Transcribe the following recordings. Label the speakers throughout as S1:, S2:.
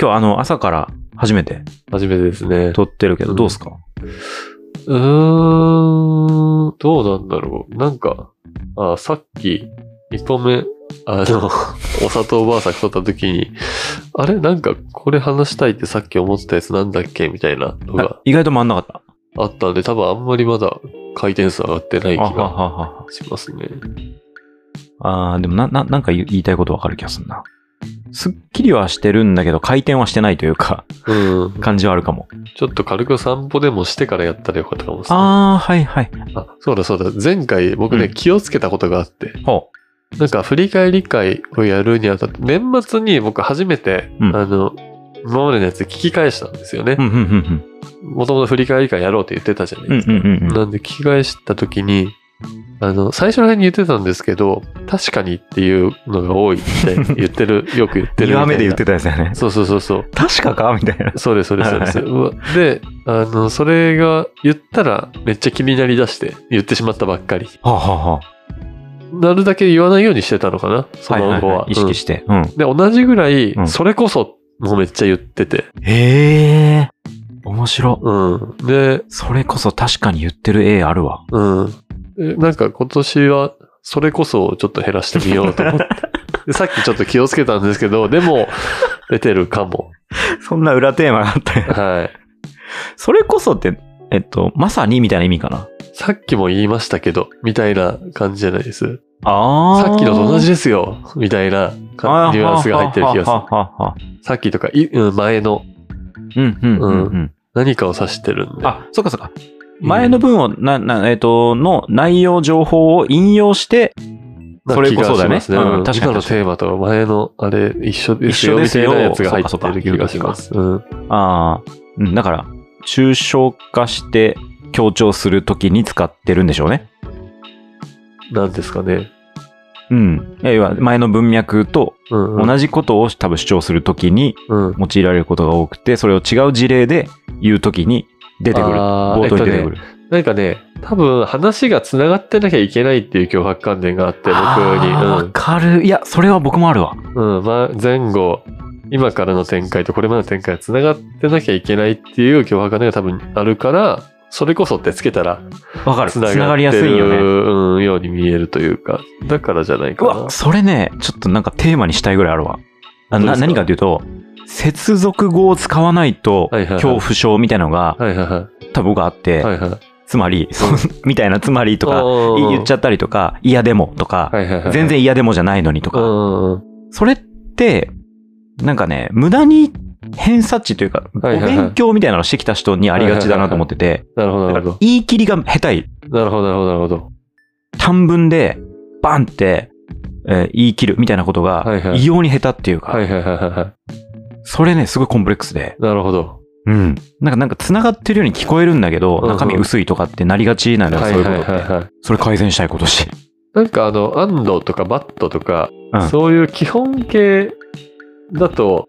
S1: 今日あの、朝から初めて
S2: 初めてですね。
S1: 撮ってるけど、
S2: うん
S1: どうすか
S2: うーん、どうなんだろう。なんか、あさっき、一本目、あの、 お砂糖バーサク撮った時に、あれなんか、これ話したいってさっき思ってたやつなんだっけみたいなの
S1: あ
S2: が
S1: 意外と回んなかった。
S2: あったんで、多分あんまりまだ回転数上がってない気
S1: あはは
S2: が
S1: はは。
S2: しますね。
S1: あーでもな、な、なんか言いたいことわかる気がするな。すっきりはしてるんだけど、回転はしてないというか、
S2: うん。
S1: 感じはあるかも。
S2: ちょっと軽く散歩でもしてからやったらよかったかもしれない。
S1: あー、はいはい。
S2: あ、そうだそうだ。前回僕ね、
S1: うん
S2: 気をつけたことがあって。
S1: ほ
S2: なんか振り返り会をやるにあたって、年末に僕初めて、
S1: うん
S2: あの、今までのやつ聞き返したんですよね
S1: う。う。ん、うん、うん、
S2: もともと振り返り会やろうって言ってたじゃない
S1: うん。う
S2: で
S1: ん
S2: すか。、
S1: うん、うん。
S2: なんで聞き返した時に、あの、最初の辺に言ってたんですけど、確かにっていうのが多いって言ってる、よく言ってるみたいな。
S1: 2話目 で言ってたやつだよね。
S2: そうそうそうそう。
S1: 確かかみたいな。
S2: そうです、そうです、そうです。うわで、あの、それが言ったらめっちゃ気になりだして、言ってしまったばっかり。
S1: はあ、はあは
S2: なるだけ言わないようにしてたのかな、
S1: あ、
S2: そ
S1: はいは
S2: の
S1: い
S2: 後は。
S1: はい。意識して。うん。
S2: で、同じぐらい
S1: うん、
S2: それこそ、もうめっちゃ言ってて。
S1: へえ、面白。
S2: うん。で、
S1: それこそ確かに言ってる絵あるわ。
S2: うん。えなんか今年は、それこそをちょっと減らしてみようと 思って。でさっきちょっと気をつけたんですけど、でも、出てるかも。
S1: そんな裏テーマがあったよ。
S2: はい。
S1: それこそって、えっと、まさにみたいな意味かな。
S2: さっきも言いましたけど、みたいな感じじゃないです。
S1: あ
S2: さっきのと同じ
S1: ニ
S2: ですよ、みたいなかニュアンスが入ってる気がする。
S1: す
S2: さっきとか、いうん前の
S1: る。うんうんうんうん。
S2: 何かを指してるんで。
S1: あ、そっかそっか。前の文を、な、な、えっと、の内容、情報を引用して、
S2: な
S1: それこそだね
S2: 気がしますね。
S1: うん
S2: うん
S1: 確かに
S2: 今のテーマと前のあれ一緒ですよ
S1: 一緒で
S2: み
S1: す
S2: たい
S1: よ
S2: なやつが入ってる気がします。うん。
S1: ああ、うんだから、抽象化して強調するときに使ってるんでしょうね。
S2: なんですかね。
S1: うん。いや要は前の文脈と
S2: うん、うん。
S1: 同じことを多分主張するときに
S2: うん。
S1: 用いられることが多くて、それを違う事例で言うときに出てくる。
S2: あー
S1: 冒頭に出てくる。
S2: なんかね、多分話が繋がってなきゃいけないっていう脅迫観念があって、
S1: あーわ
S2: 僕
S1: かる。いや、それは僕もあるわ。
S2: に。うん。うん。ま前後、今からの展開とこれまでの展開が繋がってなきゃいけないっていう脅迫観念が多分あるから、それこそってつけたら、
S1: わかる。つ
S2: 繋
S1: ながりや
S2: がって
S1: すいよね。
S2: るうんように見えるというか、だからじゃないか
S1: う
S2: な。
S1: わ、それね、ちょっとなんかテーマにしたいぐらいあるわ。あ
S2: どうで
S1: な
S2: すか
S1: 何かというと、接続語を使わないと
S2: はいはいはい
S1: 恐怖症みたいなのが
S2: はいはいは
S1: 多分僕はあっ
S2: い。
S1: て、
S2: はいはい。
S1: つまり、そう みたいなつまりとかい言っち
S2: ゃ
S1: ゃったりとか、いやでもとか、
S2: はいはいはい、
S1: 全然いやでもじゃないのにと
S2: う
S1: か、
S2: んうんうん。
S1: それって、なんかね、無駄に偏差値というか、お
S2: はいはいはい
S1: 勉強みたいなのしてきた人にありがちだなと思ってて、
S2: なるほど、なるほど。
S1: 言い切りが下手い
S2: なるほど、なるほど、なるほど。
S1: 短文でバンって、えー言い切るみたいなことが
S2: はいはい
S1: 異様に下手っていうか、
S2: はいはいはいはいは
S1: それねすごいコンプレックスで、
S2: い。なるほど。
S1: うん、なんかなんか繋がってるように聞こえるんだけど、
S2: うんうん
S1: 中身薄いとかってなりがちなのよ、
S2: はい
S1: そ
S2: は
S1: うい
S2: いう
S1: こ
S2: は
S1: と
S2: い
S1: って、
S2: はい。
S1: それ改善したいことし
S2: なんかあの、安藤とかバットとか、
S1: うん
S2: そういう基本形だと、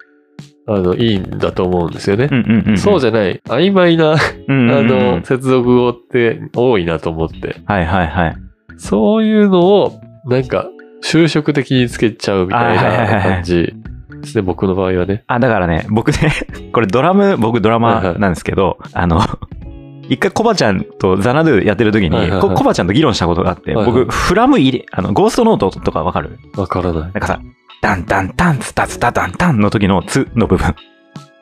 S2: あの、いいんだと思うんですよね。そう
S1: じ
S2: じゃない、曖昧な、あ
S1: ゃ、うんうんうん
S2: の、接続語って多いなと思って、
S1: はいはいはい
S2: そういうのを、なんか、就職的につけちゃうみたい
S1: あはいはいはい
S2: な
S1: はい
S2: 感じですね、僕の場合はね。
S1: あだからね僕ね これドラム僕ドラマーなんですけど、あの一回コバちゃんとザナドゥやってる時に、
S2: はいはいはい
S1: こコバちゃんと議論したことがあって、
S2: はいはい
S1: 僕フラム入れあのゴーストノートとかわかる
S2: わからない。
S1: なんかさ、ダンダンタンツタツタダンタンの時のツの部分。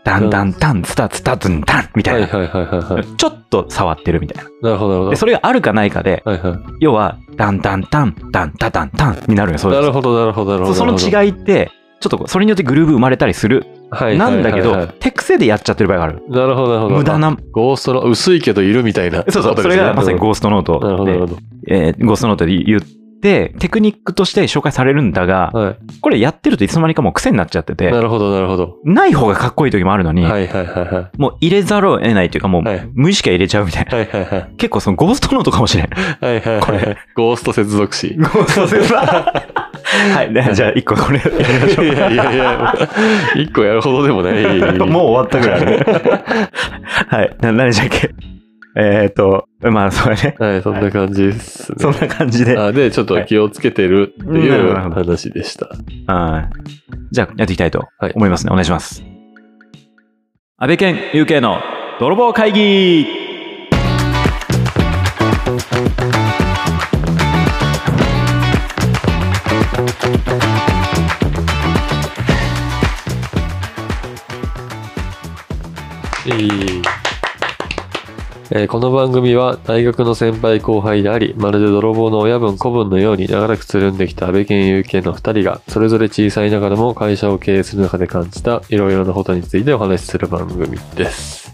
S1: ダンダンタンツタツタズンタンみた
S2: はいい
S1: な。
S2: はいはいはいはい。
S1: ちょっと触ってるみたいな。
S2: なるほど、なるほ
S1: で、それがあるかないかで、
S2: ど。はいはい。
S1: 要は、ダンダンタン、ダンタダンタンになるのよ、そう
S2: な
S1: です。
S2: るほど、なるほど、なるほ
S1: そ
S2: ど。
S1: その
S2: い、
S1: 違いって、ちょっとこうそれによってグルーブ生まれたりする。
S2: はい
S1: なんだけ
S2: はいはい
S1: ど
S2: はい、
S1: 手癖でやっちゃってる場合がある。
S2: なるほど、なるほど。
S1: 無駄
S2: あ。
S1: な。
S2: ゴーストの薄いけどいるみたいな。
S1: そうそう、それがまさに
S2: ー
S1: ゴーストノー
S2: なるほど、なる
S1: ト
S2: ほ
S1: で、えーゴーストノートで言って、テクニックとして紹介されるんだが
S2: ど。、はい。
S1: これやってるといつの間にかもう癖になっちゃってて、
S2: なるほど、なるほど。
S1: ない方がかっこいい時もあるのに、
S2: はいはいはいはい。
S1: もう入れざるを得ないというか、もう
S2: はい
S1: 無意識は入れちゃうみたいな。
S2: はいはいはい。
S1: 結構そのゴーストノートかもしれん。ゴ
S2: はいはいはい。
S1: これ
S2: ゴースト接続詞。
S1: ーストスーパー。はい、でじゃあ一個これやりましょ
S2: いやいやいや、一個やるほどでもない。
S1: う。 もう終わったぐらいある。 はい、な何でしたっけえーっと、まあそうやね。
S2: う。はい、そんな感じですね。
S1: そんな感じで。
S2: あで、ちょっと気をつけてるってい
S1: はいうなるほど
S2: 話でした。
S1: あーじゃあやっていきたいと思いますね。お願いします。安倍健 UK の泥棒会議
S2: えーえーこの番組は大学の先輩後輩であり、まるで泥棒の親分子分のように長らくつるんできた安倍健有系の二人が、それぞれ小さいながらも会社を経営する中で感じたいろいろなことについてお話しする番組です。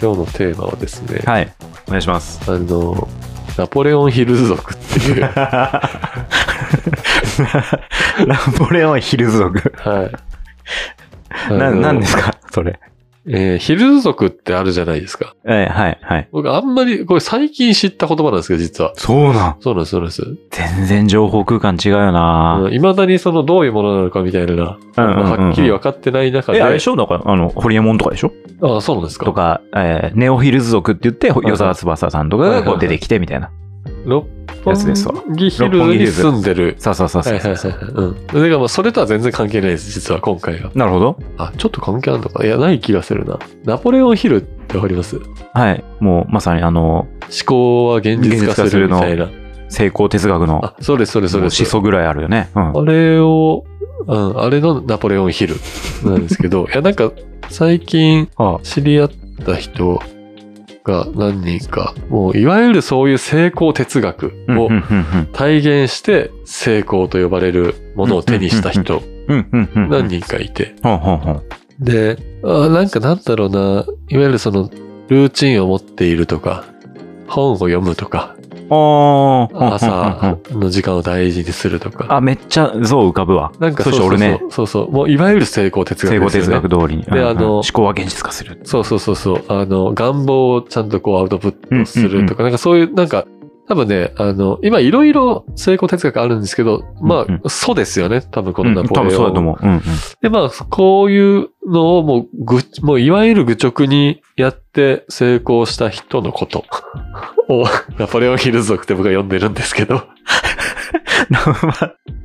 S2: 今日のテーマはですね、
S1: はい。お願いし ます。
S2: あの、ナポレオンヒルズ族っ ていう、は
S1: ラポレオンヒルズ族。
S2: い。
S1: な、
S2: あの
S1: なんですか それ。
S2: えーヒルズ族ってあるじゃないですか。
S1: えはい、はい。
S2: 僕あんまり、これ最近知った言葉なんですけど、実は。
S1: そうなん。
S2: そうなんです、そうなんです。
S1: 全然情報空間違うよな、
S2: いまだにそのどういうものなのかみたいなのが、
S1: うんうんうんうん
S2: はっきり分かってない中
S1: え、
S2: で、
S1: あれでしょだから、あの、ホリエモンとかでしょ
S2: あそうなんですか
S1: とか、えーネオヒルズ族って言って、
S2: い
S1: 与沢翼さんとかがこう出てきてみたいな。
S2: 六
S1: やつですわ
S2: 本木ヒルズに住んでる。
S1: そうそうそう
S2: は
S1: そ
S2: いはいうはい。うん。だからまあそれとは全然関係ないです、実は今回は。
S1: なるほど。
S2: あ、ちょっと関係あるのかいや、ない気がするな。ナポレオンヒルってわかります思
S1: はい。もう、まさにあの、
S2: 考は現実化するみたいな。
S1: 成功哲学の
S2: あ、そうです、そうです、そう
S1: もう思
S2: です。
S1: 想ぐらいあるよね。うん。
S2: あれを、うん、あれのナポレオンヒルなんですけど、 いや、なんか、最近
S1: あ
S2: 知り合った人が何人か、もう、いわゆるそういう成功哲学
S1: うん
S2: を
S1: うんうん
S2: 体現して、成功と呼ばれるものを手にした人、
S1: うんうんうんうん
S2: 何人かいて。
S1: ほんほんほん
S2: で、あなんかなんだろうな、いわゆるその、ルーチンを持っているとか、本を読むとか、
S1: あーほんほんほんほん
S2: 朝の時間を大事にするとか、
S1: あ、めっちゃ像浮かぶわ。
S2: なんか
S1: そうして俺ね、
S2: そうそう、もういわゆる成功哲
S1: 成
S2: 学
S1: 功
S2: ですよね。
S1: 哲学通りに。
S2: であの
S1: うんうん思考は現実化する。
S2: そうそうそうそう。あの、願望をちゃんとこうアウトプットするとか、なんかそういう、なんか、多分ね、あの、今いろいろ成功哲学あるんですけど、ま
S1: うん
S2: あ、そうですよね。多分こ
S1: う
S2: の
S1: ん
S2: ナ
S1: 多
S2: ポレオン。
S1: 分そうだと思う。うんうん
S2: で、まあ、こういうのをもう、ぐ、もういわゆる愚直にやって成功した人のこと を、ナポレオンヒルズ族って僕は呼んでるんですけど。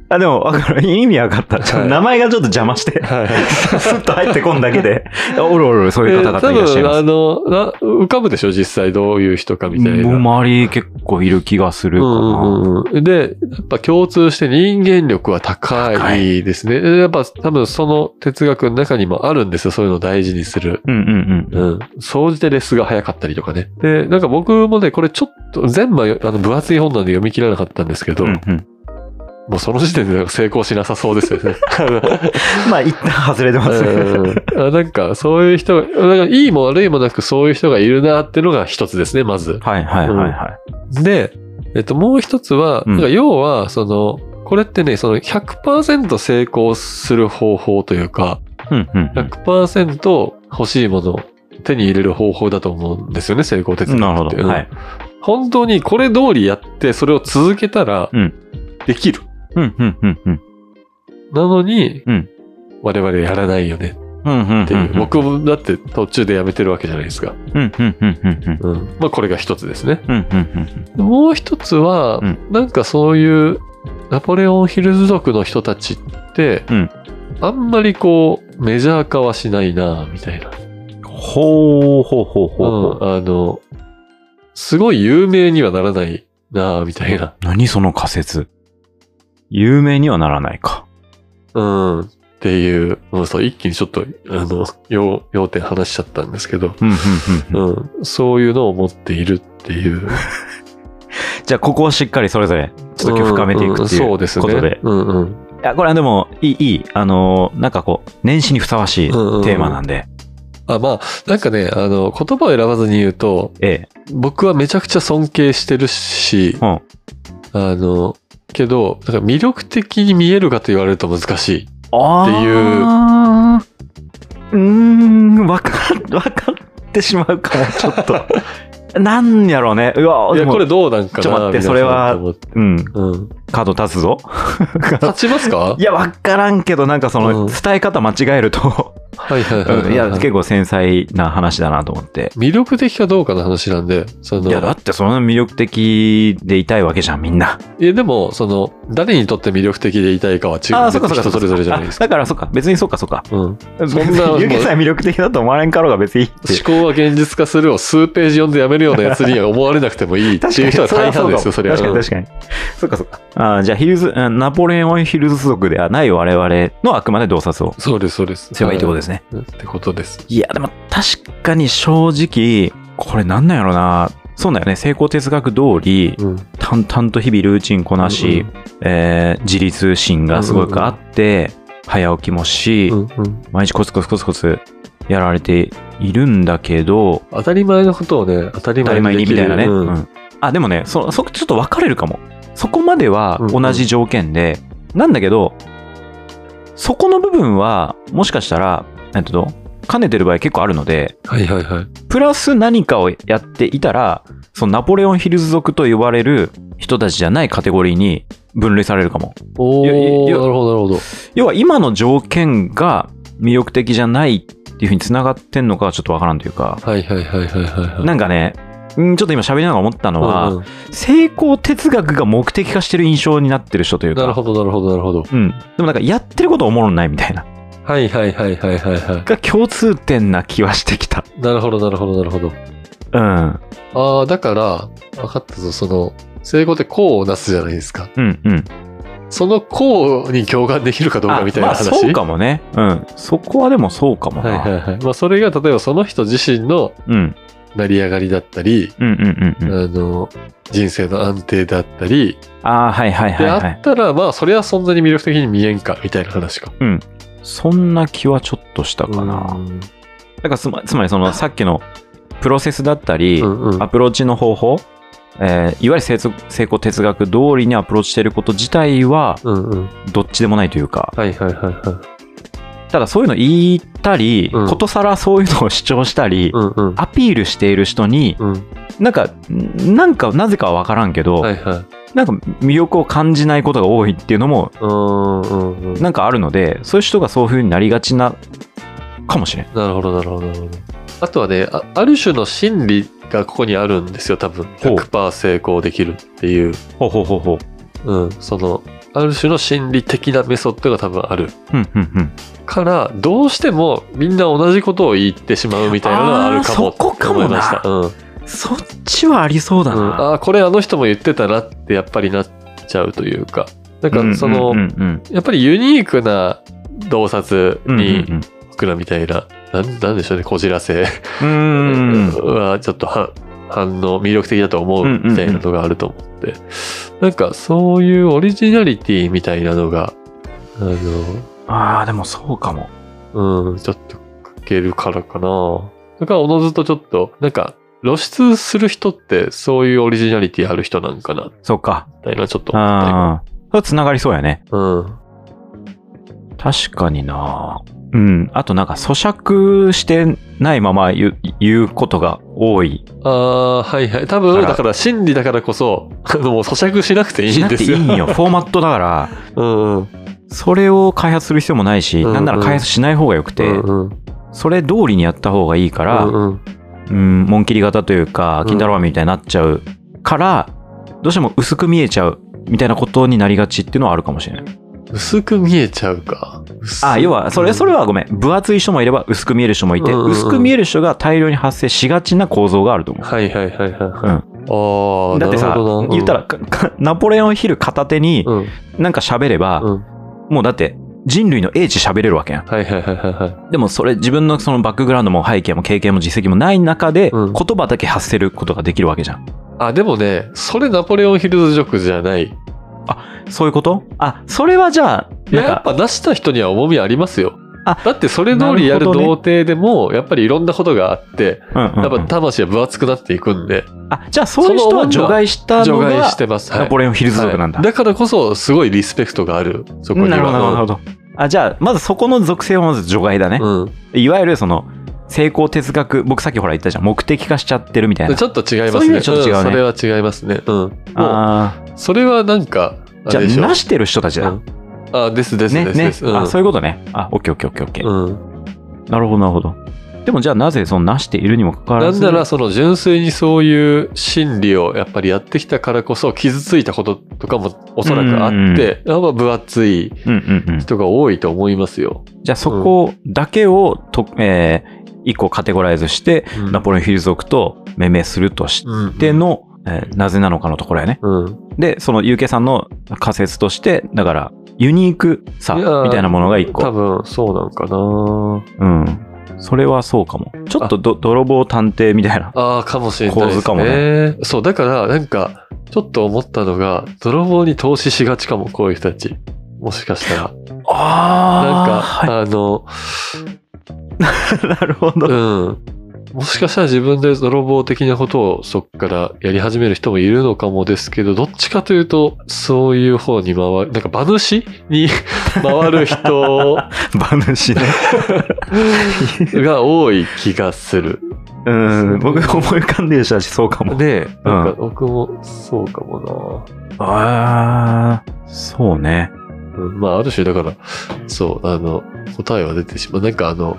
S1: あ、でも、わかる。意味わかった。ちょっ
S2: は
S1: と
S2: い
S1: 名前がちょっと邪魔 して、スッと入ってこんだけで。おるおる、そういう方々いらっしゃいます
S2: えー多。分、あの、な浮かぶでしょ実際どういう人かみたいな。
S1: もう周り結構いる気がするかな。
S2: うんうんうんうん、で、やっぱ共通して人間力は高いですね。でやっぱ多分その哲学の中にもあるんですよ。そういうのを大事にする。
S1: うんうんうん。
S2: うん。総じてレスが早かったりとかね。で、なんか僕もね、これちょっと全部はあの分厚い本なんで読み切らなかったんですけど、
S1: うんうん
S2: もうその時点でなんか成功しなさそうですよね。 あの
S1: まあ、一旦外れてますけど。
S2: うんあなんかそういう人が、なんかいいも悪いもなくそういう人がいるなっていうのが一つですね、まず。
S1: はいはいはいは
S2: で、えっと、もう一つは、
S1: うん
S2: なんか要は、その、これってね、その100%成功する方法というか、
S1: い。うんうんうん
S2: 100%欲しいものを手に入れる方法だと思うんですよね、成功哲
S1: なるほ
S2: 学って。
S1: ど。はい。
S2: 本当にこれ通りやって、それを続けたら
S1: うん、
S2: できる。
S1: うんうんうんうん。
S2: なのに、
S1: うん
S2: 我々やらないよね
S1: うんうんうんうん。
S2: っていう。僕もだって途中でやめてるわけじゃないですか。
S1: うんうんうんうんうん。
S2: うん。まあこれが一つですね。
S1: うんうんうん
S2: もう一つは、
S1: うん
S2: なんかそういうナポレオンヒルズ族の人たちって、
S1: うん
S2: あんまりこうメジャー化はしないなみたいな、
S1: うん。ほうほうほうほうほう。
S2: うんあのすごい有名にはならないなみたいな、
S1: 何その仮説。有名にはならないか。
S2: うん、っていうもうそう一気にちょっとあの要要点話しちゃったんですけど、
S1: うんうんうんうん。
S2: うん、そういうのを持っているっていう
S1: じゃあ、ここをしっかりそれぞれ、ちょっと今日深めていくってい
S2: んんそう
S1: う
S2: ですね
S1: ことで。
S2: うんうん
S1: いや、これはでも、いい、いい、あのー、なんかこう、年始にふさわしいテ
S2: うんうん
S1: ーマなんで、
S2: あまあなんかねあの言葉を選ばずに言うと
S1: ええ。
S2: 僕はめちゃくちゃ尊敬してるし、
S1: うん
S2: あの、けど、なんか魅力的に見えるかと言われると難しい。
S1: あ
S2: っ
S1: ー
S2: ていう
S1: うーん、わか、わかってしまうかも、ちょっ と。なんやろうね。うわ、
S2: い
S1: で
S2: や、
S1: も
S2: これ、どうなんかな
S1: ちょっと待って
S2: 皆さん
S1: それは
S2: と思って
S1: うん。
S2: うん。
S1: 角立つぞ。
S2: 立ちます か
S1: いや、わからんけど、なんかその、
S2: うん
S1: 伝え方間違えると、
S2: はいはいはいは
S1: うん
S2: い。
S1: いや、結構繊細な話だなと思って。
S2: 魅力的かどうかの話なんで、その、
S1: いや、だってそんな魅力的でいたいわけじゃん、みんな。
S2: いやでも、その、誰にとって魅力的でいたいかは違う。
S1: ああ、そっかそっか。
S2: 人それぞれじゃないですか。
S1: か。だからそっか、別にそっかそっか。
S2: うん。思
S1: そ
S2: そ
S1: ん
S2: ん
S1: な
S2: な。
S1: ゆきさえ魅力的だと思われんかろうが別にいいっていう。
S2: 考は現実化するを数ページ読んでやめるようなやつには思われなくてもいいっていう人は大半ですよ、それは。
S1: 確かに確かに。そっかそっか。あーじゃあ、ヒルズ、うんナポレオンヒルズ族ではない我々のあくまで洞察を
S2: そうです、そうです。。
S1: すればいいってことですすね。
S2: ってことです。
S1: いや、でも確かに正直、これなんなんやろな。そうだよね。成功哲学通り、
S2: うん。
S1: 淡々と日々ルーチンこなし、えー自立心がすごくあって、早起きもし、
S2: うんうん。
S1: 毎日コツコツコツコツやられているんだけど、
S2: 当たり前のことをね、当たり
S1: 当たり
S2: 前
S1: 前
S2: にで
S1: に
S2: き
S1: み
S2: る
S1: たいなね。
S2: う
S1: うんんあ、でもね、そ、そ、ちょっと分かれるかも。そこまでは
S2: うんうん
S1: 同じ条件で、なんだけど、そこの部分は、もしかしたら、なんていうの兼ねてる場合結構あるので、
S2: はいはいはい。
S1: プラス何かをやっていたら、そのナポレオンヒルズ族と呼ばれる人たちじゃないカテゴリーに分類されるかも。
S2: お
S1: いやい
S2: ー、
S1: や
S2: なるほど、なるほど。
S1: 要は今の条件が魅力的じゃないっていうふうに繋がってんのかはちょっとわからんというか、
S2: はいはいはいはいはい。
S1: なんかね、うんちょっと今喋りながら思ったのは、
S2: うんうん
S1: 成功哲学が目的化してる印象になってる人というか。
S2: なるほど、なるほど、なるほど。
S1: うん。でもなんかやってることおもろないみたいな。
S2: はいはいはいはいはいは
S1: が共通点な気はしてきた。
S2: い。なるほど、なるほど、なるほど。
S1: うん。
S2: ああ、だから、分かったぞ、その、成功って功をなすじゃないですか。
S1: うんうん。
S2: その功に共感できるかどうかみたいな話。
S1: あまあそうかもね。うん。そこはでもそうかもな。
S2: はいはいはい。まあそれが例えばその人自身の
S1: うん。
S2: 成り上がりだったり、
S1: うんうんうんうん。
S2: あの、人生の安定だったり、
S1: ああ、はいはいはい
S2: であ
S1: は
S2: っ
S1: い。
S2: たら、まあそれはそんなに魅力的に見えんか、みたいな話か。
S1: そんな気はちょっとしたかな。
S2: うん
S1: だからつまつまりそのさっきのプロセスだったり、
S2: うんうん
S1: アプローチの方法、えーいわゆる成成功哲学通りにアプローチしてること自体は
S2: うんうん。
S1: どっちでもないというか、
S2: はいはいはいは
S1: ただそういうの言ったり、
S2: うん
S1: ことさらそういうのを主張したり、
S2: い。うんうん。
S1: アピールしている人に、
S2: うん。
S1: なんか、んなんか、なぜかは分からんけど、
S2: はいはい。
S1: なんか魅力を感じないことが多いっていうのも、
S2: うんうんうん。
S1: なんかあるので、そういう人がそういう風になりがちな、かもしれん。
S2: なるほど、なるほど、なるほど。あとはね、あある種の心理がここにあるんですよ、多分。
S1: ほう
S2: 100%成功できるっていう。
S1: ほうほうほうほう。
S2: うん、その、ある種の心理的なメソッドが多分ある。
S1: うん、うん、うん。
S2: から、どうしてもみんな同じことを言ってしまうみたいなのがあるかも
S1: あーそこ
S2: って
S1: か
S2: 思
S1: も
S2: いま
S1: な
S2: した。うん。うん、
S1: そっちはありそうだな。
S2: ああ、これあの人も言ってたなってやっぱりなっちゃうというか。なん
S1: うん
S2: かその、
S1: うん、うん
S2: やっぱりユニークな洞察
S1: うん。うん、うん
S2: に僕らみたいな、なんなんでしょうね、こじらせ。
S1: うん。うーん。
S2: はちょっとは反応魅力的だと思うみたいなのがあると思って、なんかそういうオリジナリティみたいなのがあ
S1: ああ、でもそうかも。
S2: のうんちょっと書けるからかなだからおのずとちょっとなんか露出する人ってそういうオリジナリティある人なんかなみ
S1: そうか。
S2: たいなちょっと思っ
S1: ああ。それは繋がりそうやね。
S2: たうん
S1: 確かになうん。あとなんか咀嚼してないまま言う言うことが多い。
S2: ああはいはい多
S1: だ
S2: 分
S1: から
S2: だから真理だからこそあのもう咀嚼しなくていいんですよ
S1: しなくてい いよ。フォーマットだから、
S2: うんうん
S1: それを開発する必要もないし、
S2: うんうん
S1: なんなら開発しない方がよくて、
S2: うんうん
S1: それ通りにやった方がいいから、う
S2: う
S1: ん、
S2: んうん
S1: 紋切り型というか、金太郎飴みたいになっちゃうから、どうしても薄く見えちゃう。みたいなことになりがちっていうのはあるかもしれない。
S2: 薄く見えちゃうか薄
S1: あ、要は、それ、それはごめん。分厚い人もいれば薄く見える人もいて、
S2: うんうんうん
S1: 薄く見える人が大量に発生しがちな構造があると思う。
S2: はいはいはいはいはい。
S1: うん
S2: ああ、
S1: だって
S2: な
S1: さ
S2: るほどな、
S1: 言ったら、、かかナポレオンヒル片手に
S2: うん、うん、
S1: なんか喋れば、
S2: うん
S1: もうだって人類の英知喋れるわけやん。
S2: はいはいはいはいはい。
S1: でもそれ自分のそのバックグラウンドも背景も経験も実績もない中で、
S2: うん
S1: 言葉だけ発せることができるわけじゃん。
S2: あ、でもね、それナポレオンヒルズ族じゃない。
S1: そういうことあ、それはじゃあ、
S2: いや
S1: なん
S2: やっ
S1: か、
S2: ぱ出した人には重みありますよ。
S1: あ
S2: だってそれ通りや
S1: なる
S2: る
S1: ほどね
S2: 童貞でも、やっぱりいろんなことがあって、
S1: うんうんうん
S2: やっぱ魂は分厚くなっていくんで、
S1: あ、じゃあそういう
S2: そ
S1: 人
S2: の
S1: は除外した
S2: 除
S1: のが、
S2: 外してます。はい
S1: ナポレオンヒルズ族なんだ。
S2: はいだからこそ、すごいリスペクトがある、そこには。
S1: なるほど、なるほど。あ、じゃあ、まずそこの属性はまず除外だね。
S2: うん。
S1: いわゆるその、成功哲学、僕さっきほら言ったじゃん、目的化しちゃってるみたいな。
S2: ちょっと違い
S1: そ
S2: ま
S1: ういう
S2: す
S1: 意味で
S2: ね。
S1: ちょっと違うね
S2: んそれは違いますね。うん。もう
S1: あ
S2: それはなんか、
S1: じゃあ、
S2: でしょ
S1: なしてる人たちだ。
S2: うんあ、ですです
S1: ね、
S2: です
S1: ね
S2: で。す。うん
S1: あ、そういうことね。あ、オッケーオッケーオッケーオッケー。
S2: うん。
S1: なるほど、なるほど。でもじゃあなぜそのなしているにもかかわ
S2: な
S1: らず。
S2: んなら、その純粋にそういう心理をやっぱりやってきたからこそ、傷ついたこととかもおそらくあって、やっぱ分厚い
S1: うんうんうん。
S2: 人が多いと思いますよ。
S1: じゃあそこだけをと、えー一個カテゴライズして、
S2: うん
S1: ナポレオンヒル族と命名するとし
S2: うん
S1: ての、えーなぜなのかのところやね。
S2: うん。
S1: で、その UK さんの仮説として、だから、ユニークさ
S2: いやー
S1: みたいなものが一
S2: 多
S1: 個。
S2: 分、そうなんかな
S1: うん。それはそうかも。ちょっとど泥棒探偵みたいな。
S2: ああ、かもしれないです、ね。
S1: 構図かも
S2: そう、だから、なんか、ちょっと思ったのが、泥棒に投資しがちかも、こういう人たち。もしかしたら。なんか、
S1: あ
S2: あの、
S1: なん か、なるほど。
S2: うん。もしかしたら自分で泥棒的なことをそっからやり始める人もいるのかもですけど、どっちかというと、そういう方に回る、なんか馬主に 回る人
S1: 馬主 ね。
S2: が多い気がする。
S1: うん。僕思い浮かんでる人たちそうかも。
S2: ねえ、なんか僕もそうかも
S1: ああ、そうね。
S2: な。うん、まあ、ある種だから、そう、あの、答えは出てしまう。なんかあの、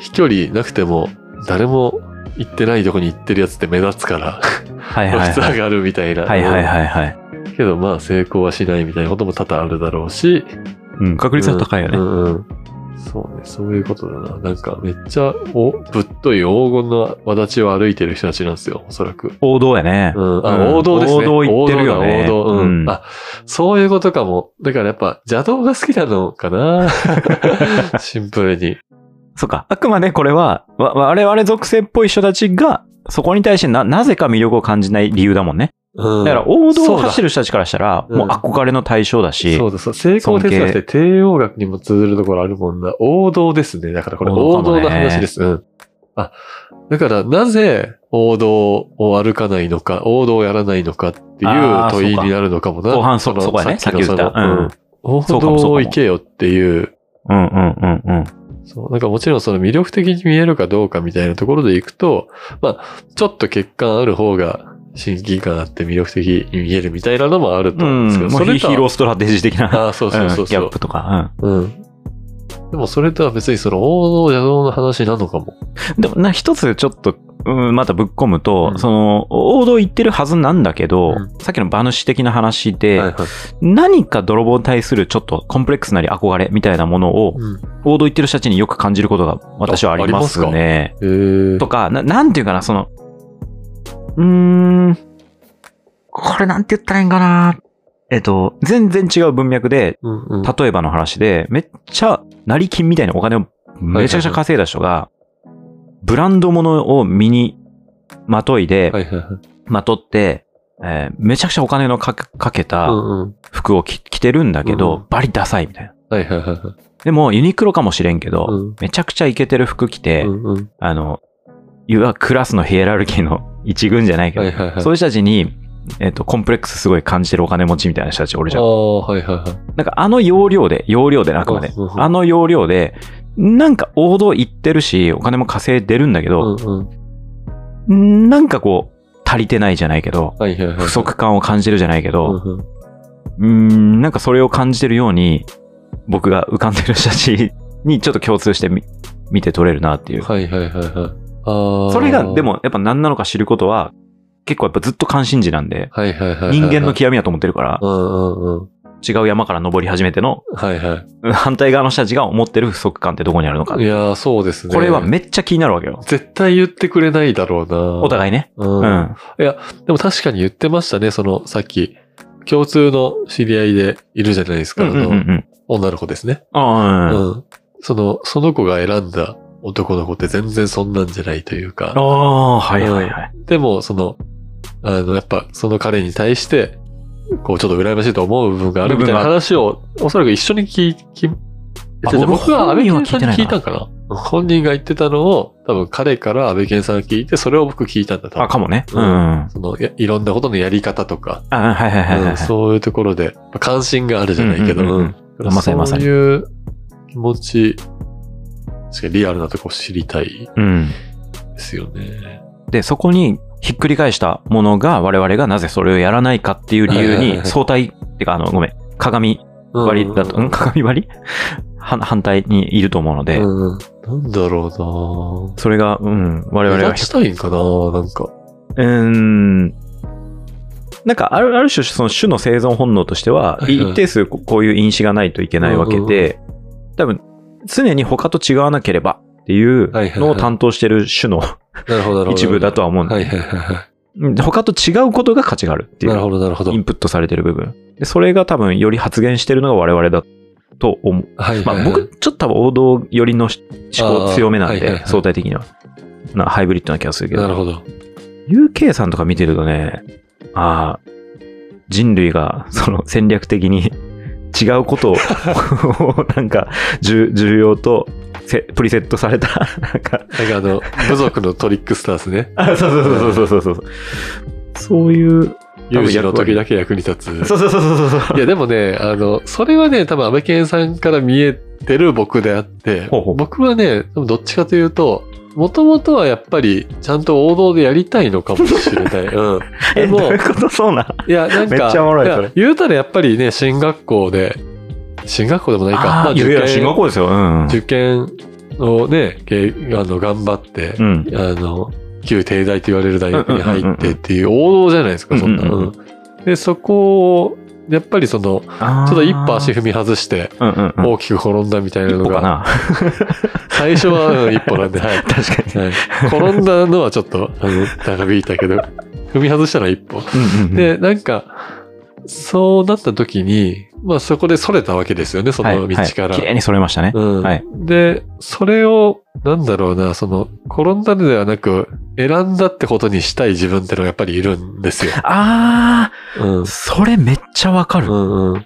S2: 飛距離なくても、誰も行ってないとこに行ってるやつって目立つから、
S1: はいはい
S2: 露出
S1: は
S2: 上
S1: い。
S2: がるみたいな。
S1: はいはいはいはい。
S2: けどまあ成功はしないみたいなことも多々あるだろうし。
S1: うん、確率は高いよね。
S2: うんうんうんそうね、そういうことだな。なんかめっちゃおぶっとい黄金の輪立ちを歩いてる人たちなんですよ、おそらく。
S1: 王道やね。
S2: うん、
S1: う
S2: あ
S1: ん
S2: 王道ですね。
S1: 王道行ってるよね
S2: 王道だ王道、うん
S1: うん
S2: あ、そういうことかも。だからやっぱ邪道が好きなの かなシンプルに。
S1: そっか。あくまでこれは、わ我々属性っぽい人たちが、そこに対してな、なぜか魅力を感じない理由だもんね。
S2: うん、
S1: だから王道を走る人たちからしたら、
S2: うん
S1: もう憧れの対象だし、
S2: そうだ、そう。成功哲学って帝王学にも通ずるところあるもんな。王道ですね。だからこれ
S1: 王
S2: 王
S1: 道かも
S2: 道
S1: ね
S2: の話です。うん。あ、だからなぜ王道を歩かないのか、王道をやらないのかってい
S1: あ
S2: う
S1: ー
S2: 問
S1: そ
S2: い
S1: うか
S2: になるのかもな。
S1: 後半そ
S2: の
S1: そこやね。さっき
S2: の
S1: 言った。
S2: その
S1: うん。
S2: 王
S1: そうかもそうか
S2: 道
S1: も
S2: を行けよっていう。
S1: うんうんうんうん。
S2: そう。なんかもちろんその魅力的に見えるかどうかみたいなところでいくと、まあ、ちょっと欠陥ある方が親近感あって魅力的に見えるみたいなのもあると
S1: う
S2: 思うん
S1: ん。
S2: ですけど、
S1: もう
S2: そ
S1: ヒ
S2: れとは
S1: ーローストラテジー的な、
S2: ああ、 そうそうそ
S1: うん
S2: う
S1: ギ
S2: そう。
S1: ャップとか。
S2: うん。でもそれとは別にその王道邪道の話なのかも。
S1: うん。でもな、一つちょっと、うん、またぶっ込むと、
S2: うん
S1: その、王道言ってるはずなんだけど、
S2: うん
S1: さっきの馬主的な話で、
S2: はいはい。
S1: 何か泥棒に対するちょっとコンプレックスなり憧れみたいなものを、
S2: うん、
S1: 王道言ってる人たちによく感じることが私はあります
S2: ああ
S1: ね。
S2: えー、
S1: とかな、なんていうかな、その、うーん、これなんて言ったらいいんかな。えっと、全然違う文脈で、
S2: うんうん、
S1: 例えばの話で、めっちゃ、成金みたいなお金をめちゃくちゃ稼いだ人が、ブランド物を身にまといで
S2: は、いはいはい。
S1: まとって、えーめちゃくちゃお金のかけかけた、
S2: うんうん。
S1: 服を着着てるんだけど、
S2: うん
S1: バリダサいみたいな。
S2: はいはいはいはい。
S1: でも、ユニクロかもしれんけど、
S2: うん
S1: めちゃくちゃイケてる服着て、
S2: うんうん。
S1: あの、いわゆるクラスのヒエラルキーの 一軍じゃないけど、
S2: はいはいはい。
S1: そうい
S2: いう
S1: う人たちに、えっ、と、コンプレックスすごい感じてるお金持ちみたいな人たちおるじゃ
S2: あ
S1: ん。
S2: あ、はいはいはい。
S1: なんかあの要領で、要領でなあくまで
S2: うんうんう、ん
S1: あの要領で、なんか王道行ってるし、お金も稼いでるんだけ
S2: う
S1: ど、
S2: んうん。
S1: なんかこう、足りてないじゃないけど、
S2: はいはいはい。
S1: 不足感を感じるじゃないけど、
S2: うんうん。
S1: うーん、なんかそれを感じてるように、僕が浮かんでる写真にちょっと共通してみ見て取れるなっていう。
S2: はいはいはいはい。ああ。
S1: それが、で、もやっぱ何なのか知ることは、結構やっぱずっと関心事なんで、
S2: はいはいはいはいはい。
S1: 人間の極みだと思ってるから
S2: う、んうんうん。
S1: 違う山から登り始めての、
S2: はいはい。
S1: うん反対側の人たちが思ってる不足感ってどこにあるのか
S2: い。やー、そうですね。
S1: これはめっちゃ気になるわけよ。
S2: 絶対言ってくれないだろうな。
S1: お互いね。
S2: うん。
S1: うん。
S2: でも確かに言ってましたね、その、さっき、共通の知り合いでいるじゃないです
S1: う
S2: か、
S1: んうんうんう
S2: あの、
S1: ん。
S2: 女の子ですね。
S1: あー
S2: うん。その、その子が選んだ男の子って全然そんなんじゃないという
S1: あー、
S2: か、
S1: はいはいはい。
S2: でも、その、あの、やっぱ、その彼に対して、こう、ちょっと羨ましいと思う部分があるみたいな
S1: 部分
S2: 話を、おそらく一緒に聞き、
S1: あ
S2: 違う違う
S1: 僕
S2: 僕は安倍健さん
S1: 本人
S2: に
S1: は聞い
S2: 聞い
S1: てな
S2: たんかな本人が言ってたのを、多分彼から安倍健さんが聞いて、それを僕聞いたんだ、多
S1: あ、
S2: 分。
S1: かもね。う
S2: うん
S1: ん。あ
S2: その、やいろんなことのやり方とか、
S1: ーはいはいはいは
S2: う
S1: い。
S2: んそういうところで、まあ関心があるじゃないけど、
S1: うんうんうんうん
S2: うん
S1: まさにまさに
S2: そういう気持ち、確かにリアルなとこ知りたい
S1: うん。
S2: ですよね。
S1: で、そこにひっくり返したものが我々がなぜそれをやらないかっていう理由
S2: はいはいはい
S1: に
S2: はい
S1: 相対てか、あの、ごめん。鏡割りだと、うん、 鏡割り反反対にいると思うので、
S2: うん。なんだろ
S1: それが、うん、
S2: う
S1: 我
S2: な
S1: 々
S2: 目
S1: が
S2: 立ちたいんかななんか。
S1: うーん。なんかある、ある種、その種の生存本能としては、
S2: はいはい
S1: 一定数ここういう因子がないといけないわけで、多分、常に他と違わなければっていう
S2: はいはいはい
S1: のを担当してる種の
S2: なるほど、なるほど。
S1: 一部だとは思うんで
S2: はいはいはいは
S1: うん他と違うことが価値があるって
S2: い。
S1: い
S2: なる
S1: う、
S2: ほど、なるほど。
S1: インプットされてる部分。でそれが多分、より発言してるのが我々だと思う。
S2: はいはい
S1: ま
S2: はい。
S1: あ、僕、ちょっと多分王道寄りのし思考強めな
S2: あ
S1: ん
S2: ーはいはい
S1: で
S2: は、い
S1: 相対的には。なハイブリッドな気がするけど。
S2: なるほど。
S1: UK さんとか見てるとね、ああ、人類がその戦略的に 違うことを なんか重重要とせプリセットされた、 なんか、
S2: なんかあの、部族のトリックスターです ね。
S1: あそうそうそうそうそうそう。そういう、
S2: 有事の時だ
S1: け。
S2: け役に立つ。
S1: そうそうそうそうそうそう。
S2: いや、でもね、あの、それはね、多分安倍健さんから見えてる僕であって、
S1: ほうほう
S2: 僕はね、多分どっちかというと、もともとはやっぱり、ちゃんと王道でやりたいのかもし れない。うん。で
S1: え、ど
S2: も
S1: ういうことそうなん。
S2: いや、なん
S1: め
S2: か、
S1: っちゃおもろいそれ
S2: や言うたらやっぱりね、進学校で、進学校でもないか、
S1: あ
S2: ま
S1: あ、
S2: あ
S1: いやいや、シンガ
S2: 受
S1: ポールですよ。うん。
S2: 験、受験をね、けあの、頑張って、
S1: うん。
S2: あの、旧帝大と言われる大学に入
S1: うんうん
S2: っ
S1: うんうん
S2: てっていう王道じゃないですか、そんな。
S1: うんうんうん
S2: うんで、そこを、やっぱりその、ち
S1: ち
S2: ょっと一歩足
S1: 踏
S2: 踏み外して、
S1: うんうんうん。
S2: 大きく転んだみたいな
S1: 一
S2: の
S1: 歩か
S2: が、
S1: な。
S2: 最初はうん一歩なんで、はい。
S1: 確かに。
S2: はい転んだのはちょっと、あの、長引いたけど、踏み外したのは一歩。
S1: うんうんうん、
S2: で、なんか、そうなった時に、まあそこで逸れたわけですよね、その道から。
S1: はいはい、綺麗にそれましたね。
S2: うん
S1: はい
S2: で、それを、なんだろうな、その、転んだのではなく、選んだってことにしたい自分ってのがやっぱりいるんですよ。
S1: あ
S2: うん
S1: あ、。それめっちゃわかる。
S2: うんうん。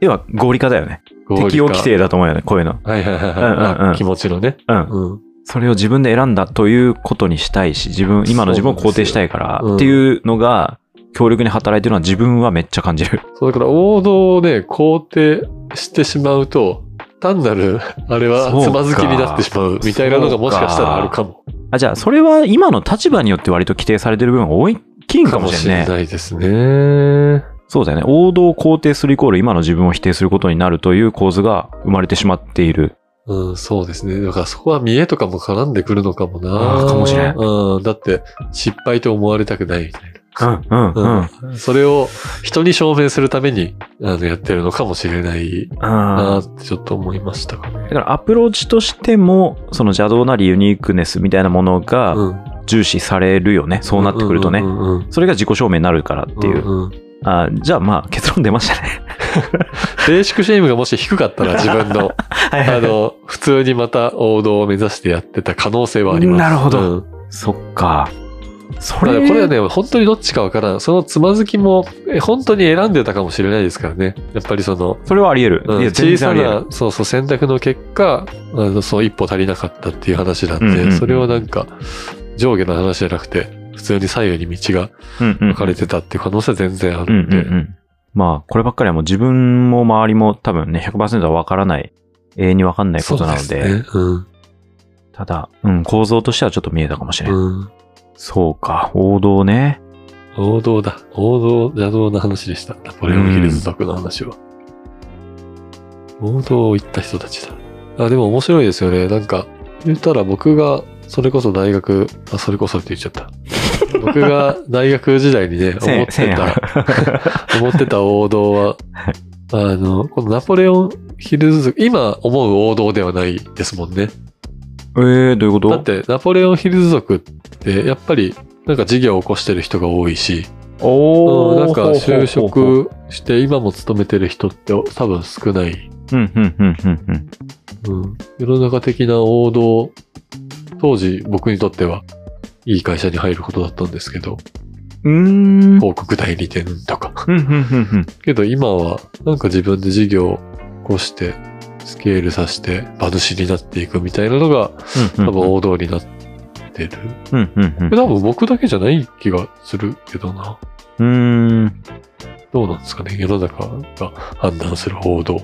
S1: 要は合理化だよね。
S2: 合理化
S1: 適応規。定だと思うよね、こういうの。
S2: はいはいはいは
S1: う
S2: い。
S1: んうんうん
S2: あ気持ちのね。
S1: うん。
S2: うん。
S1: それを自分で選んだということにしたいし、自分、今の自分を肯定したいから
S2: そうなん
S1: っ
S2: です
S1: て
S2: よ
S1: いうのが、強力に働いてるのは自分はめっちゃ感じる。
S2: そうだから王道をね、肯定してしまうと、単なる、あれ
S1: そ
S2: は
S1: うか
S2: つまずきになってしまうみたいなのがもしかしたらあるかも。
S1: あ、じゃあ、それは今の立場によって割と規定されてる部分が大きいんかもしれないね。
S2: いですね。
S1: そうだよね。王道を肯定するイコール今の自分を否定することになるという構図が生まれてしまっている。
S2: うん、そうですね。だからそこは見栄とかも絡んでくるのかもな。
S1: あーかもしれん
S2: うん、だって失敗と思われたくないみたい
S1: うん、うん、う
S2: な。
S1: ん。
S2: うん。それを人に証明するために、あの、やってるのかもしれない
S1: あ
S2: なってちょっと思いましたかね。
S1: だからアプローチとしても、その邪道なりユニークネスみたいなものが
S2: うん。
S1: 重視されるよね。そうなってくるとね。
S2: うんうんうん
S1: それが自己証明になるからっていう。
S2: うんうん
S1: あじゃあまあ結論出ましたね。
S2: ベーシックシェイムがもし低かったら自分 の、
S1: は
S2: あの、普通にまた王道を目指してやってた可能性 はあります。
S1: なるほ
S2: う
S1: ど
S2: ん
S1: そっか。そ
S2: ただ
S1: れ
S2: これはね、本当にどっちかわからん。そのつまずきも、え本当に選んでたかもしれないですからね。やっぱりその、
S1: それはあり得る。
S2: うん
S1: いや、全
S2: 小
S1: 然あ
S2: さ
S1: り得る
S2: な。、そうそう、選択の結果、あのそう一歩足りなかったっていう話なんで、
S1: うんうんうん
S2: それはなんか、上下の話じゃなくて、普通に左右に道が
S1: うんうん
S2: 分かれてたっていう可能性は全然あ
S1: うん
S2: るん
S1: うんう
S2: で。
S1: ん。まあこればっかりはもう自分も周りも多分ね、100%はわからない。永遠にわかんないことなの
S2: そう
S1: で、
S2: ですね。うん。
S1: ただ、うん、構造としてはちょっと見えたかもしれない。
S2: うん。
S1: そうか、王道ね。
S2: 王道だ。王道、邪道な話でした。ナポレオンヒルズ族の話は。王道を言った人たちだ。あ、でも面白いですよね。なんか、言ったら僕が、それこそ大学、あ、それこそって言っちゃった。僕が大学時代にね、
S1: せん
S2: 思っ
S1: せん
S2: て
S1: や
S2: た、 思ってた王 道は、あの、このナポレオンヒルズ族、今思う王道ではないですもんね。
S1: えー、どういうこと
S2: だって、ナポレオンヒルズ族って、やっぱり、なんか事業を起こしてる人が多いし、
S1: おお、
S2: うんなんか就
S1: ほうほうほう
S2: 職して今も勤めてる人って多分少ない、
S1: うんうんうんうんうん
S2: うん、世の中的な王道当時僕にとってはいい会社に入ることだったんですけど
S1: うーん
S2: 広告代理店とか
S1: うんうんうんうん
S2: けど今はなんか自分で事業を起こしてスケールさせて馬主になっていくみたいなのが
S1: うん
S2: 多分王道になってる、
S1: うんうんうん
S2: 多分僕だけじゃない気がするけどな
S1: うーん
S2: どうなんですかね世の中が判断する王道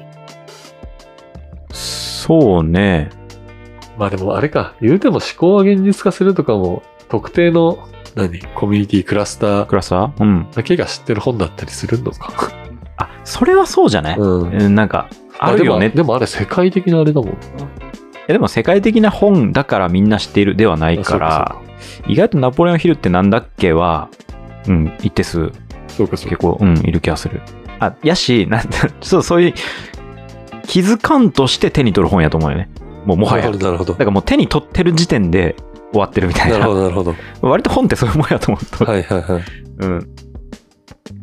S1: そうね
S2: まあでもあれか、言うても思考は現実化するとかも、特定の、何、コミュニティ、クラスター
S1: クラスターうん
S2: だけが知ってる本だったりするのか。
S1: あそれは そうじゃない、
S2: うん。
S1: うんなんか、あるよね
S2: でもでもあれ世界的なあれだもんな。
S1: いやでも世界的な本だからみんな知っているではないから、意外とナポレオンヒルってなんだっけは、うん、一定数
S2: そうかそ
S1: 結
S2: うか。
S1: 構、うん、いる気がする。あ、やし、なんそう、そういう、気づかんとして手に取る本やと思うよね。もうもはや。だ
S2: なるほど、なるほど
S1: か。らもう手に取ってる時点で終わってるみたい
S2: なる
S1: な。
S2: ほど、なる ほど。
S1: 割と本ってそういうもんやと思った。
S2: はいはいはい。
S1: うん。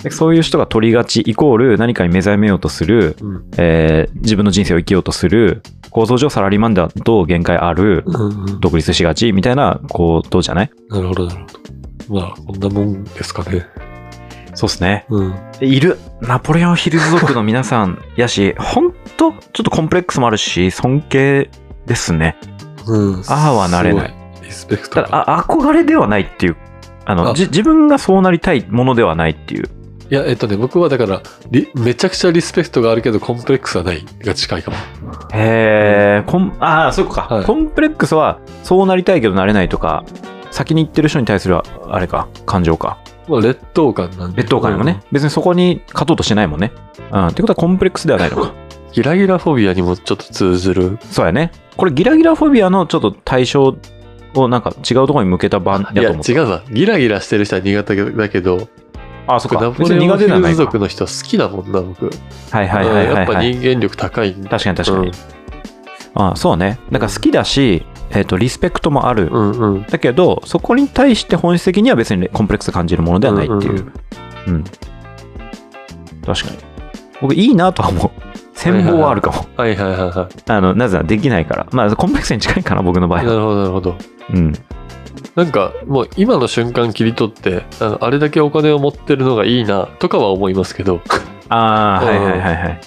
S1: でそういう人が取りがち、イコール何かに目覚めようとする、
S2: うん。
S1: えー自分の人生を生きようとする、構造上サラリーマンだと限界ある、
S2: うんうん、
S1: 独立しがちみたいなことじゃない
S2: なるほど、なるほど。まあ、こんなもんですかね。
S1: そうですね。
S2: うん。
S1: いる。ナポレオンヒルズ族の皆さん やし、ほんと、ちょっとコンプレックスもあるし、尊敬ですね。
S2: うん。
S1: ああはなれない
S2: すごい。リスペクト
S1: た
S2: が。
S1: だ、あ憧れではないっていう、あの
S2: あ
S1: じ自分がそうなりたいものではないっていう。
S2: いや、えっとね、僕はだから、リめちゃくちゃリスペクトがあるけど、コンプレックスはないが近いかも。
S1: へえ、コン、ああ、そっか、
S2: はい
S1: コンプレックスは、そうなりたいけどなれないとか、先に行ってる人に対する、あれか、感情か。
S2: まあ、劣等感なんで。
S1: 劣等感にもね、別にそこに勝とうとしないもんね。うん、ってことはコンプレックスではないのか。
S2: うん。ギラギラフォビアにもちょっと通ずる。
S1: そうやね。これ、ギラギラフォビアのちょっと対象を、なんか違うところに向けた版
S2: い
S1: だと
S2: や、違
S1: 思
S2: う
S1: って。
S2: さ。ギラギラしてる人は苦手だけど、
S1: あ、そっ
S2: 僕
S1: か。
S2: ナポ
S1: 別
S2: レ
S1: に
S2: オ
S1: 苦
S2: ン
S1: 手
S2: ヒ
S1: ではな
S2: ル
S1: い
S2: ズ
S1: か。
S2: 族の人好きだもんな、僕。
S1: はいはいはい
S2: うん
S1: は
S2: や
S1: い、
S2: っぱ
S1: はい。
S2: 人間力高いんだ。
S1: 確かに確かに。
S2: う
S1: あそうね。なんか好きだし、えっ、と、リスペクトもある。
S2: んうんうん。
S1: だけど、そこに対して本質的には別にコンプレックス感じるものではないっていう。
S2: んん
S1: うん。確かに。僕、いいなとは思う。戦望はあるかも。
S2: はいはいはいはい。
S1: あの、なぜならできないから。まあ、コンプレックスに近いかな、僕の場合
S2: な
S1: は。
S2: るほど、なるほど。
S1: うん。
S2: なんか、もう今の瞬間切り取って、あのあれだけお金を持ってるのがいいな、とかは思いますけど。
S1: ああ、
S2: うん
S1: はいはいはいはい。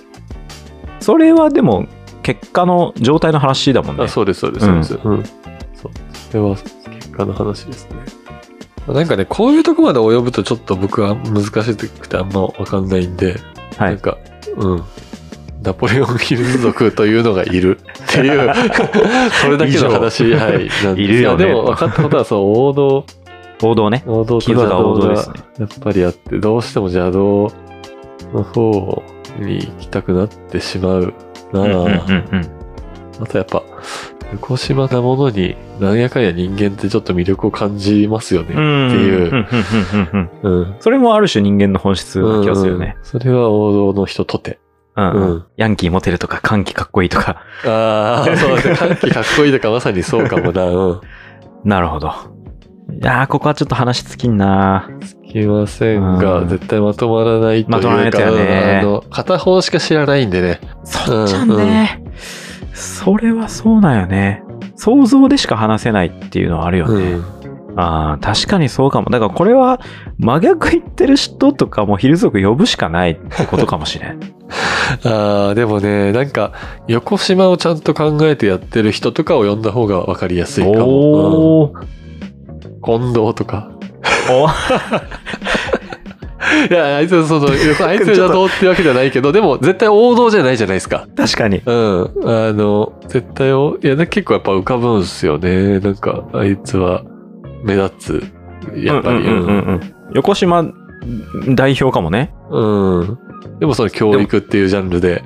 S1: それはでも、結果の状態の話だもんね
S2: あ。そうですそうですそうです、うんそうそれは結果の話ですねなんかねこういうとこまで及ぶとちょっと僕は難しくてあんま分かんないんで、
S1: は
S2: なん
S1: い。
S2: かうんナポレオンヒルズ族というのがいるっていう それだけの話
S1: 以上
S2: はいなんです
S1: いるよね
S2: やでも分かったことはそう王道
S1: 報道ね。
S2: 王道と
S1: キー
S2: 邪
S1: ワードは王
S2: 道
S1: 道で
S2: が
S1: すね。
S2: やっぱりあってどうしても邪道の方に行きたくなってしまうなあ、
S1: うんうんうんうん。
S2: あとやっぱ、横島なものに、なんやかんや人間ってちょっと魅力を感じますよね。
S1: うん
S2: っていう
S1: うんうんうんうんうん
S2: うん。
S1: それもある種人間の本質な気がするよね。
S2: うんそれは王道の人とて。
S1: うんうん
S2: うん
S1: ヤンキーモテるとか、歓喜かっこいいとか。
S2: ああ、そうだね。 歓喜かっこいいとかまさにそうかもな。うん。
S1: なるほど。いやー、ここはちょっと話尽きんな
S2: 聞きませんが、
S1: うん
S2: 絶対まとまらないというか、
S1: まとまらないとやね
S2: あの、片方しか知らないんでね。
S1: そっちゃんね、それはそうなんよね。想像でしか話せないっていうのはあるよ
S2: う
S1: ね。
S2: ん。
S1: ああ、確かにそうかも。だからこれは真逆言ってる人とかもヒル族呼ぶしかないってことかもしれ ん。
S2: ああ、でもね、なんか、横島をちゃんと考えてやってる人とかを呼んだ方がわかりやすいかも。
S1: おー。
S2: うん近藤とか。
S1: お
S2: いや、あいつはそ の、あいつ邪道ってわけじゃないけど、でも絶対王道じゃないじゃないですか。
S1: 確かに。
S2: うん。あの、絶対を、いや、だ結構やっぱ浮かぶんすよね。なんか、あいつは目立つ。やっぱり。
S1: うんうんうんうんうん横島代表かもね。
S2: うんうんでもその教育っていうジャンルで、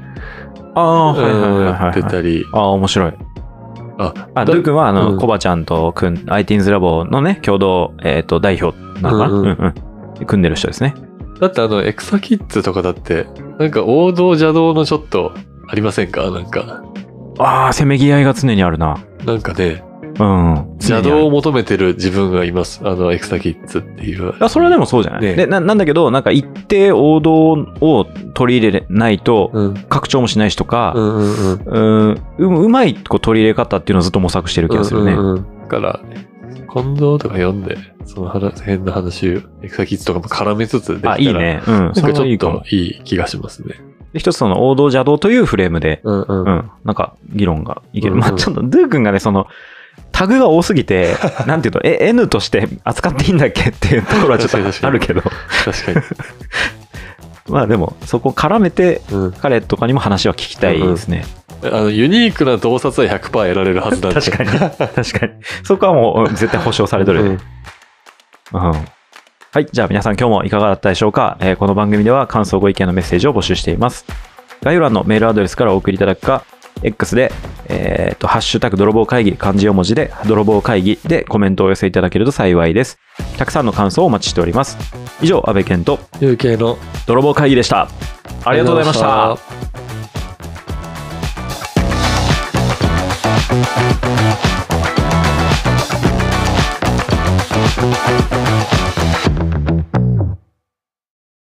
S1: ああ、はいはい
S2: うん
S1: はい
S2: やっ
S1: はい、
S2: て
S1: はい。
S2: たり。
S1: ああ、面白い。
S2: あ、
S1: あ、
S2: だ
S1: ルー君は、あ
S2: うん
S1: の、コバちゃんとくん、i t e n s ラボのね、共同、えっと、代表なのかな
S2: うん
S1: う
S2: う
S1: ん
S2: ん
S1: うん。組んでる人ですね。
S2: だってあの、エクサキッズとかだって、なんか王道邪道のちょっとありませんかなんか、
S1: ああ、せめぎ合いが常にあるな。
S2: なんかね、
S1: うん。常
S2: 邪
S1: に
S2: 道
S1: あ
S2: を
S1: る
S2: 求めてる自分がいます。あの、エクサキッズっていう。
S1: あそれはでもそうじゃない、
S2: ね
S1: でななんだけど、なんか一定王道を取り入れないと、
S2: うん。
S1: 拡張もしないしと
S2: う
S1: か、
S2: んうんうん。
S1: うん、ううまいこう取り入れ方っていうのをずっと模索してる気がするね。
S2: うんうんうんだから、近藤とか読んで、その話辺の話を、エクサキッズとかも絡めつつできたら、
S1: あ、いいね。うん。
S2: な
S1: そ
S2: ん
S1: れはい
S2: かちょ
S1: い
S2: っ
S1: かも
S2: と。いい気がしますね。
S1: で一つその王道邪道というフレームで、
S2: うんうん。
S1: う
S2: あ
S1: ん、なんか議論がいける。
S2: うんうん
S1: まあちょっと、ドゥー君がね、その、タグが多すぎ て、なんていうの、え、N として扱っていいんだっけっていうところはちょっ
S2: 確かに確
S1: と
S2: か
S1: あ
S2: に
S1: るけど、
S2: 確か
S1: まあでも、そこ絡めて、
S2: に。うん。
S1: 彼とかにも話は聞きたいですね。
S2: あの、ユニークな洞察は100%得られるはずなん で。
S1: 確かに、確かに。そこはもううん絶対保証されとるよね。うん。はい。じゃあ皆さん今日もいかがだったでしょうか、えーこの番組では感想ご意見のメッセージを募集しています。概要欄のメールアドレスからお送りいただくか、X で、えーと、ハッシュタグ泥棒会議、漢字4文字で、泥棒会議でコメントをお寄せいただけると幸いです。たくさんの感想をお待ちしております。以上、安部健と
S2: 有形の
S1: 泥棒会議でした。ありがとうございました。
S2: ありがとうございました